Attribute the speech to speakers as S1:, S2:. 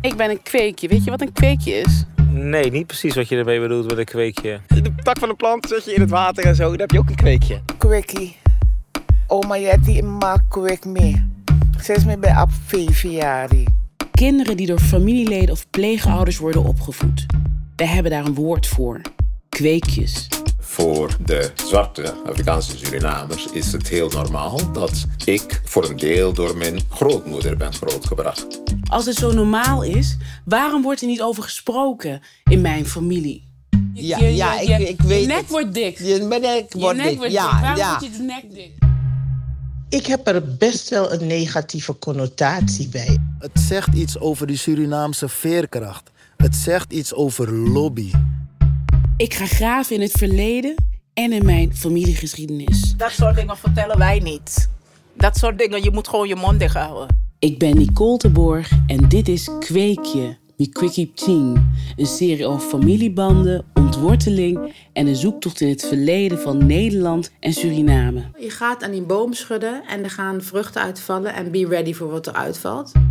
S1: Ik ben een kweekje. Weet je wat een kweekje is?
S2: Nee, niet precies wat je ermee bedoelt met een kweekje.
S3: De tak van een plant zet je in het water en zo. Dan heb je ook een kweekje.
S4: Quickie. Oma Jetty maakt quick mee. Ze is me bij op vijf jaar.
S1: Kinderen die door familieleden of pleegouders worden opgevoed. We hebben daar een woord voor. Kweekjes.
S5: Voor de zwarte Afrikaanse Surinamers is het heel normaal dat ik voor een deel door mijn grootmoeder ben grootgebracht.
S1: Als het zo normaal is, waarom wordt er niet over gesproken in mijn familie?
S6: Ja, ja, ik- ik weet
S1: Je nek
S6: het.
S1: wordt dik. Je,
S6: Je mijn nek wordt
S1: nek
S6: dik.
S1: wordt dik.
S6: Ja,
S1: Waarom
S6: ja.
S1: moet je de nek dik?
S4: Ik heb er best wel een negatieve connotatie bij.
S7: Het zegt iets over die Surinaamse veerkracht. Het zegt iets over lobby.
S1: Ik ga graven in het verleden en in mijn familiegeschiedenis.
S8: Dat soort dingen vertellen wij niet. Dat soort dingen, je moet gewoon je mond dicht houden.
S1: Ik ben Nicole de Borg en dit is Kweekje, Mi Quickie Team. Een serie over familiebanden, ontworteling en een zoektocht in het verleden van Nederland en Suriname.
S9: Je gaat aan die boom schudden en er gaan vruchten uitvallen en be ready voor wat er uitvalt.